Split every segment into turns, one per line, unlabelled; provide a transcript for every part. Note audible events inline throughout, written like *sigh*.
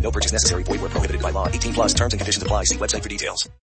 No purchase necessary. Void where prohibited by law. 18 plus terms and conditions apply. See website for details.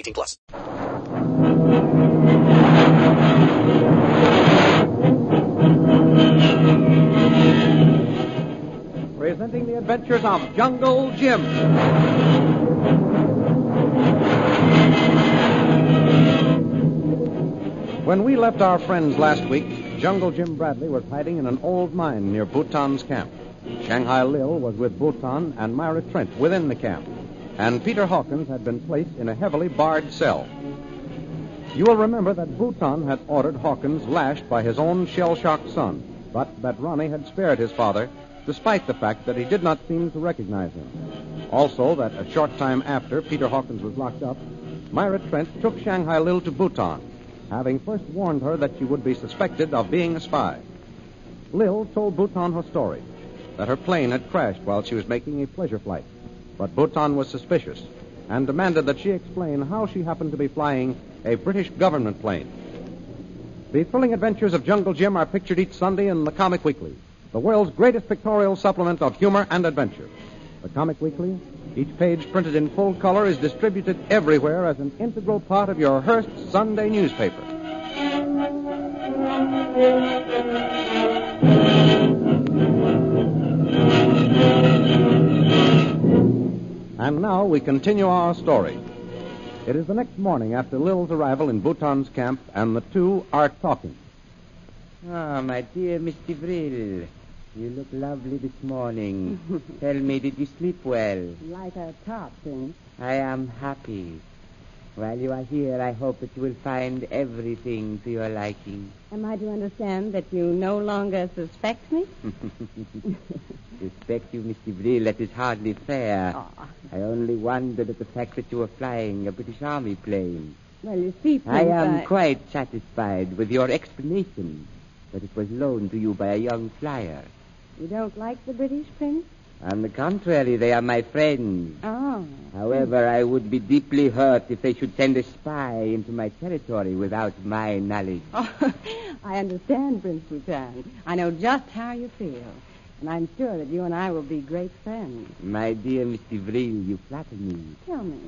18 plus.
presenting the adventures of Jungle Jim. When we left our friends last week, Jungle Jim Bradley was hiding in an old mine near Bhutan's camp. Shanghai Lil was with Bhutan and Myra Trent within the camp, and Peter Hawkins had been placed in a heavily barred cell. You will remember that Bhutan had ordered Hawkins lashed by his own shell shocked son, but that Ronnie had spared his father, despite the fact that he did not seem to recognize him. Also, that a short time after Peter Hawkins was locked up, Myra Trent took Shanghai Lil to Bhutan, having first warned her that she would be suspected of being a spy. Lil told Bhutan her story that her plane had crashed while she was making a pleasure flight. But Bhutan was suspicious and demanded that she explain how she happened to be flying a British government plane. The thrilling adventures of Jungle Jim are pictured each Sunday in the Comic Weekly, the world's greatest pictorial supplement of humor and adventure. The Comic Weekly, each page printed in full color, is distributed everywhere as an integral part of your Hearst Sunday newspaper. And now we continue our story. It is the next morning after Lil's arrival in Bhutan's camp, and the two are talking.
Ah, my dear Mr. Brill, you look lovely this
*laughs*
morning. Tell me, did you sleep well?
Like a top eh? thing.
I am happy. While you are here, I hope that you will find everything to your liking.
Am I to understand that you no longer suspect me?
Respect you, Mr. Brill, that is hardly fair.
Ah.
I only wondered at the fact that you were flying a British Army plane.
Well, you see, Pete,
I am quite satisfied with your explanation that it was loaned to you by a young flyer.
You don't like the British Prince?
On the contrary, they are my friends.
Oh.
However, I would be deeply hurt if they should send a spy into my territory without my knowledge.
oh. *laughs* I understand, Prince Bhutan. I know just how you feel. And I'm sure that you and I will be great friends.
My dear Mr. Vril, you flatter me. *laughs*
Tell me,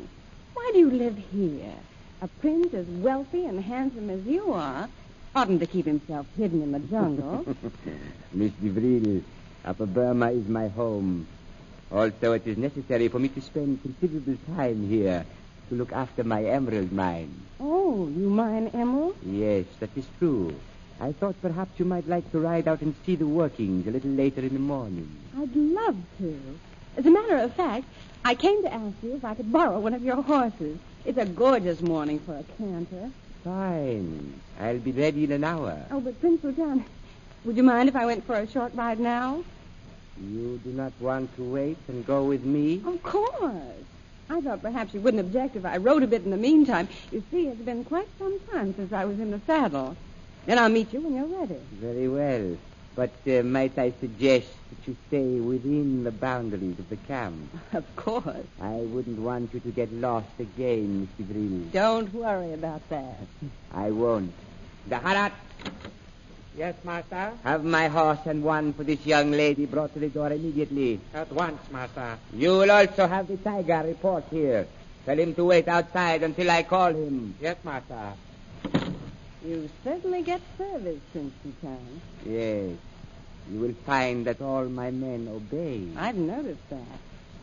why do you live here? A prince as wealthy and handsome as you are oughtn't to keep himself hidden in the jungle.
*laughs* Mr. Vril, Upper Burma is my home. Also, it is necessary for me to spend considerable time here to look after my emerald mine.
oh, you mine emerald?
Yes, that is true. I thought perhaps you might like to ride out and see the workings a little later in the morning.
I'd love to. As a matter of fact, I came to ask you if I could borrow one of your horses. It's a gorgeous morning for a canter.
Fine. I'll be ready in an hour.
Oh, but Prince Rudan, would you mind if I went for a short ride now?
You do not want to wait and go with me?
Of course. I thought perhaps you wouldn't object if I rode a bit in the meantime. You see, it's been quite some time since I was in the saddle. Then I'll meet you when you're ready.
Very well. But uh, might I suggest that you stay within the boundaries of the camp?
*laughs* Of course.
I wouldn't want you to get lost again, Mr. Green.
Don't worry about that.
I won't. Daharat,
Yes, Master.
have my horse and one for this young lady brought to the door immediately.
At once, Master.
You will also have the tiger report here. Tell him to wait outside until I call him.
Yes, Master.
You certainly get service, Prince Rudan.
Yes. You will find that all my men obey.
I've noticed that.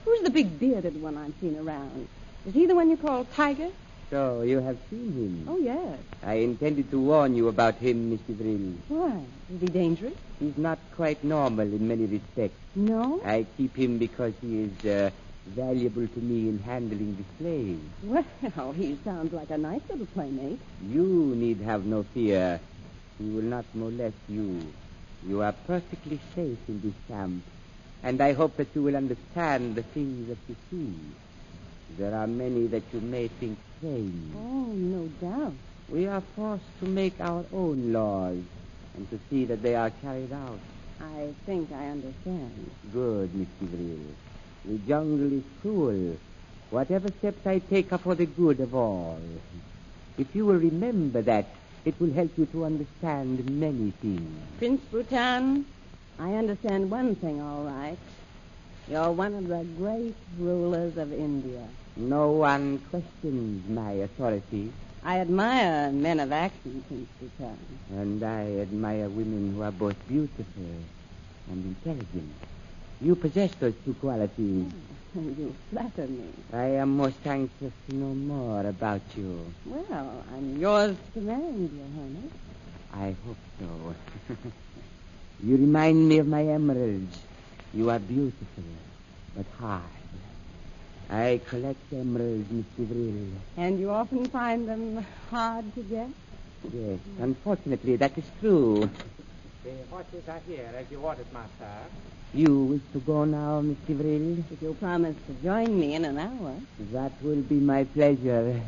Who's the big bearded one I've seen around? Is he the one you call Tiger?
So you have seen him.
Oh, yes.
I intended to warn you about him, Mr. Vril.
Why? Is he dangerous?
He's not quite normal in many respects.
No?
I keep him because he is uh, valuable to me in handling displays.
Well, he sounds like a nice little playmate.
You need have no fear. He will not molest you. You are perfectly safe in this camp, and I hope that you will understand the things that you see. There are many that you may think strange.
Oh, no doubt.
We are forced to make our own laws and to see that they are carried out.
I think I understand.
Good, Miss Vril. The jungle is cruel. Whatever steps I take are for the good of all. If you will remember that, it will help you to understand many things.
Prince Bhutan, I understand one thing all right. You're one of the great rulers of India.
No one questions my authority,
I admire men of action, Prince Bhutan. *laughs*
and I admire women who are both beautiful and intelligent. You possess those two qualities.
you flatter me.
I am most anxious to know more about you.
Well, I'm yours to command, Your Highness.
I hope so. *laughs* you remind me of my emeralds. You are beautiful, but hard. I collect emeralds, Mr. Vril.
And you often find them hard to get?
Yes, unfortunately, that is true.
The horses are here, as you ordered, master.
You wish to go now, Mr. Vril?
If you'll promise to join me in an hour.
That will be my pleasure.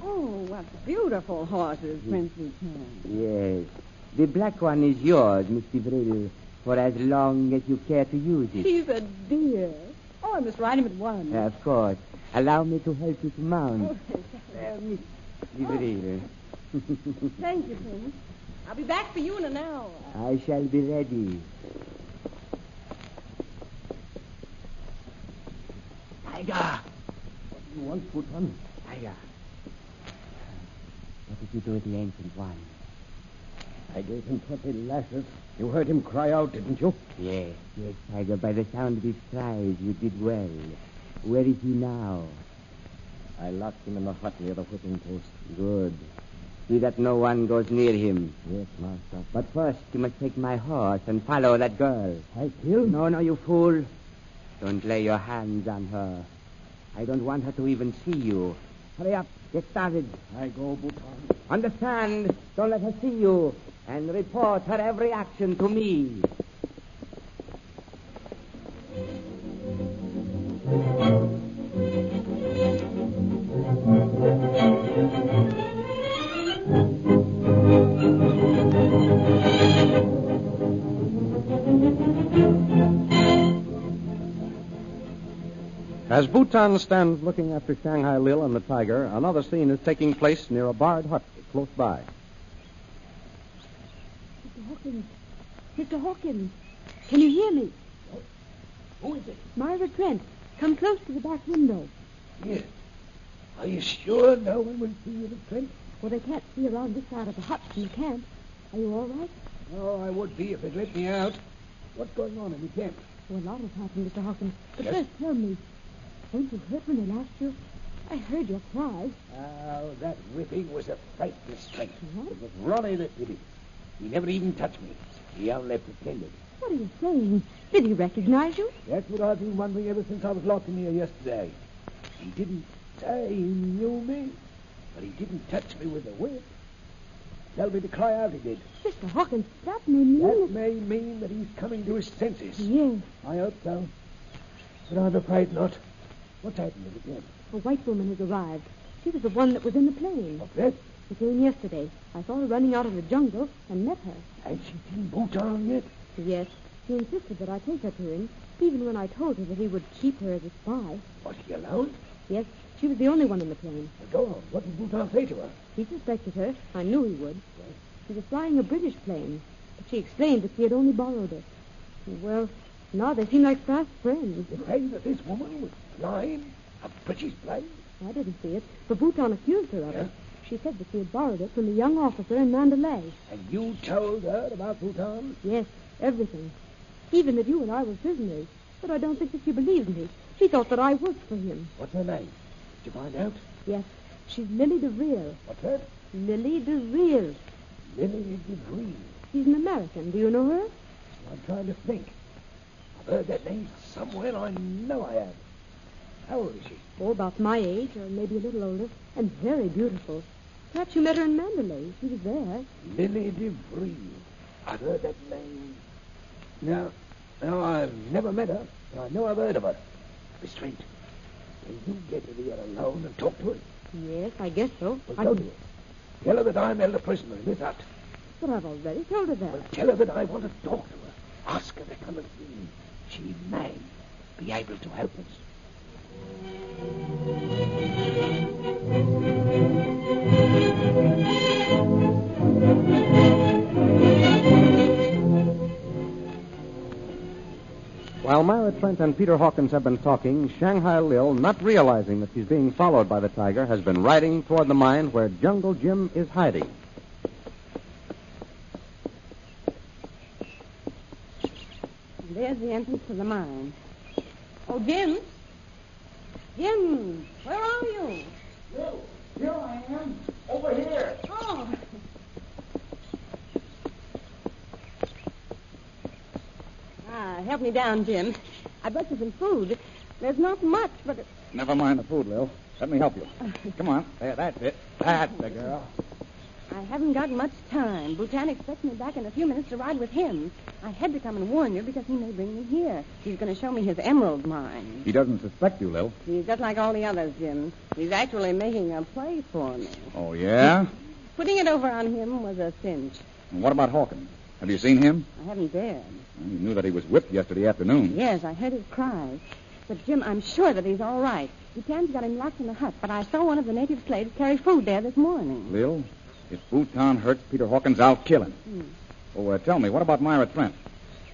Oh, what beautiful horses, Prince Bhutan.
Yes. The black one is yours, Mr. Vril, for as long as you care to use it.
He's a dear. Oh, I must ride him at once.
Of course. Allow me to help you to mount,
Oh,
Mr. Vril.
Thank you, Prince. I'll be back for you in an hour.
*laughs* I shall be ready.
Tiger!
You want Bhutan?
Tiger.
What did you do with the ancient one?
I gave him 20 lashes. You heard him cry out, didn't you?
Yes. Yes, Tiger, by the sound of his cries, you did well. Where is he now?
I locked him in the hut near the whipping post.
Good. See that no one goes near him.
Yes, master.
But first, you must take my horse and follow that girl.
I killed?
No, no, you fool. Don't lay your hands on her. I don't want her to even see you. Hurry up. Get started.
I go, Bhutan.
Understand? Don't let her see you. And report her every action to me.
As Bhutan stands looking after Shanghai Lil and the tiger, another scene is taking place near a barred hut close by.
Mr. Hawkins. Mr. Hawkins. Can you hear me?
Who is it?
Myra Trent. Come close to the back window.
Yes. Are you sure no one will see you, the prince?
Well, they can't see around this side of the hut from the camp. Are you all right?
Oh, I would be if they'd let me out. What's going on in the camp?
Well, Oh, a lot has happened, Mr. Hawkins. But first, tell me, weren't you hurt when they lashed you? I heard your cries.
Oh, that whipping was a fright to strength.
What?
It was Ronnie that did it. He never even touched me. He only pretended.
What are you saying? Did he recognize you?
That's what I've been wondering ever since I was locked in here yesterday. He didn't say he knew me, but he didn't touch me with a whip. Tell me to cry out again.
Mr. Hawkins, that may mean...
That may mean that he's coming to his senses.
Yes,
I hope so. But I'm afraid not. What's happened to the camp?
a white woman has arrived. She was the one that was in the plane.
What's that?
She came yesterday. I saw her running out of the jungle and met her.
Has she seen Bhutan yet?
Yes, he insisted that I take her to him, even when I told her that he would keep her as a spy.
Was she alone?
Yes, she was the only one in the plane.
Now Go on. What did Bhutan say to her?
He suspected her. I knew he would. She was flying a British plane, but she explained that she had only borrowed it. Well, now they seem like fast friends.
You say that this woman was flying a British plane?
I didn't see it, but Bhutan accused her of
Yeah?
it. She said that she had borrowed it from a young officer in Mandalay.
And you told her about Bhutan?
Yes, everything. Even that you and I were prisoners. But I don't think that she believed me. He thought that I worked for him.
What's her name? Did you find out?
Yes, she's Lily the Real.
What's that?
Lily the Real.
Lily DeVree.
She's an American. Do you know her?
I'm trying to think. I've heard that name somewhere. I know I have. How old is she?
Oh, about my age, or maybe a little older, and very beautiful. Perhaps you met her in Mandalay. She was there.
Lily DeVree. I've heard that name. No, no, I've never met her. but I know I've heard of her. Restraint. Can you get her here alone and talk to her?
Yes, I guess so.
Well,
I
go to
can-
her. Tell her that I'm held a prisoner in this hut.
But I've already told her that.
Well, tell her that I want to talk to her. Ask her to come and see me. She may be able to help us.
While Myra Trent and Peter Hawkins have been talking, Shanghai Lil, not realizing that she's being followed by the tiger, has been riding toward the mine where Jungle Jim is hiding.
There's the entrance to the mine. Oh, Jim. Jim, where are you?
Here I am. Over here.
Oh, ah, help me down, Jim. I brought you some food. There's not much, but it...
Never mind the food, Lil. Let me help you. Come on. There, that's it. That's the girl.
I haven't got much time. Bhutan expects me back in a few minutes to ride with him. I had to come and warn you because he may bring me here. He's going to show me his emerald mine.
He doesn't suspect you, Lil.
He's just like all the others, Jim. He's actually making a play for me.
Oh, yeah?
Putting it over on him was a cinch.
And what about Hawkins? Have you seen him?
I haven't dared.
You knew that he was whipped yesterday afternoon.
Yes, I heard his cries. But, Jim, I'm sure that he's all right. Bhutan's got him locked in the hut, but I saw one of the native slaves carry food there this morning.
Lil, if Bhutan hurts Peter Hawkins, I'll kill him. Oh, uh, tell me, what about Myra Trent?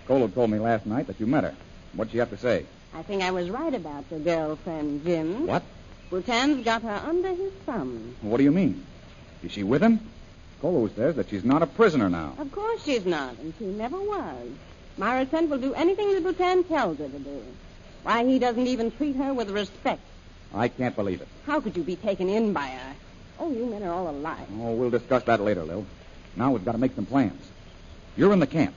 Colo told me last night that you met her. What'd she have to say?
I think I was right about your girlfriend, Jim.
What?
Bhutan's got her under his thumb.
What do you mean? Is she with him? Colo says that she's not a prisoner now.
Of course she's not, and she never was. Myra Trent will do anything that Bhutan tells her to do. Why, he doesn't even treat her with respect.
I can't believe it.
How could you be taken in by her? Oh, you men are all alike.
Oh, we'll discuss that later, Lil. Now we've got to make some plans. You're in the camp.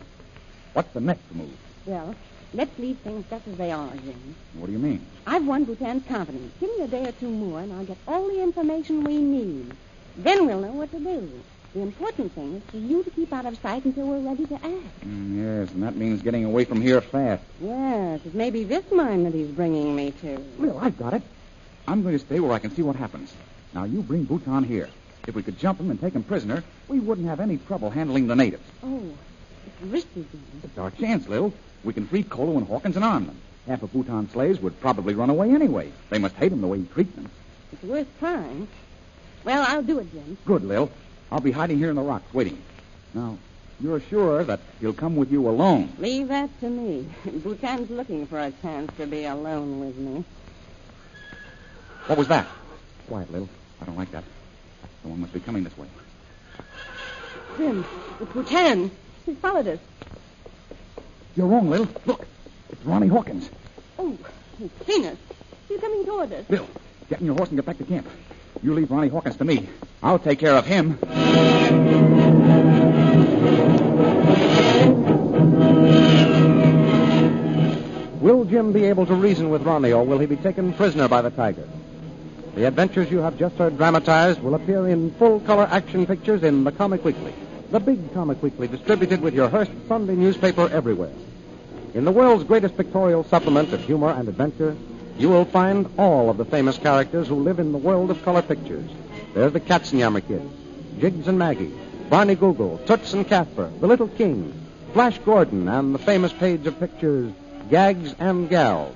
What's the next move?
Well, let's leave things just as they are, Jim.
What do you mean?
I've won Bhutan's confidence. Give me a day or two more, and I'll get all the information we need. Then we'll know what to do. The important thing is for you to keep out of sight until we're ready to act.
Mm, yes, and that means getting away from here fast.
Yes, it may be this mine that he's bringing me to.
Lil, I've got it. I'm going to stay where I can see what happens. Now, you bring Bhutan here. If we could jump him and take him prisoner, we wouldn't have any trouble handling the natives.
Oh, it's risky, Jim.
It's our chance, Lil. We can free Kolo and Hawkins and arm them. Half of Bhutan's slaves would probably run away anyway. They must hate him the way he treats them.
It's worth trying. Well, I'll do it, Jim.
Good, Lil. I'll be hiding here in the rocks, waiting. Now, you're sure that he'll come with you alone?
Leave that to me. *laughs* Bhutan's looking for a chance to be alone with me.
What was that? Quiet, Lil. I don't like that. Someone must be coming this way.
Jim, it's Bhutan. He's followed us.
You're wrong, Lil. Look, it's Ronnie Hawkins.
Oh, he's seen us. He's coming toward us.
Bill, get in your horse and get back to camp. You leave Ronnie Hawkins to me. I'll take care of him. Will Jim be able to reason with Ronnie, or will he be taken prisoner by the tiger? The adventures you have just heard dramatized will appear in full color action pictures in The Comic Weekly, the big comic weekly distributed with your Hearst Sunday newspaper everywhere. In the world's greatest pictorial supplement of humor and adventure, you will find all of the famous characters who live in the world of color pictures. There's the Katzenjammer Kids, Jiggs and Maggie, Barney Google, Toots and Casper, The Little King, Flash Gordon, and the famous page of pictures, Gags and Gals.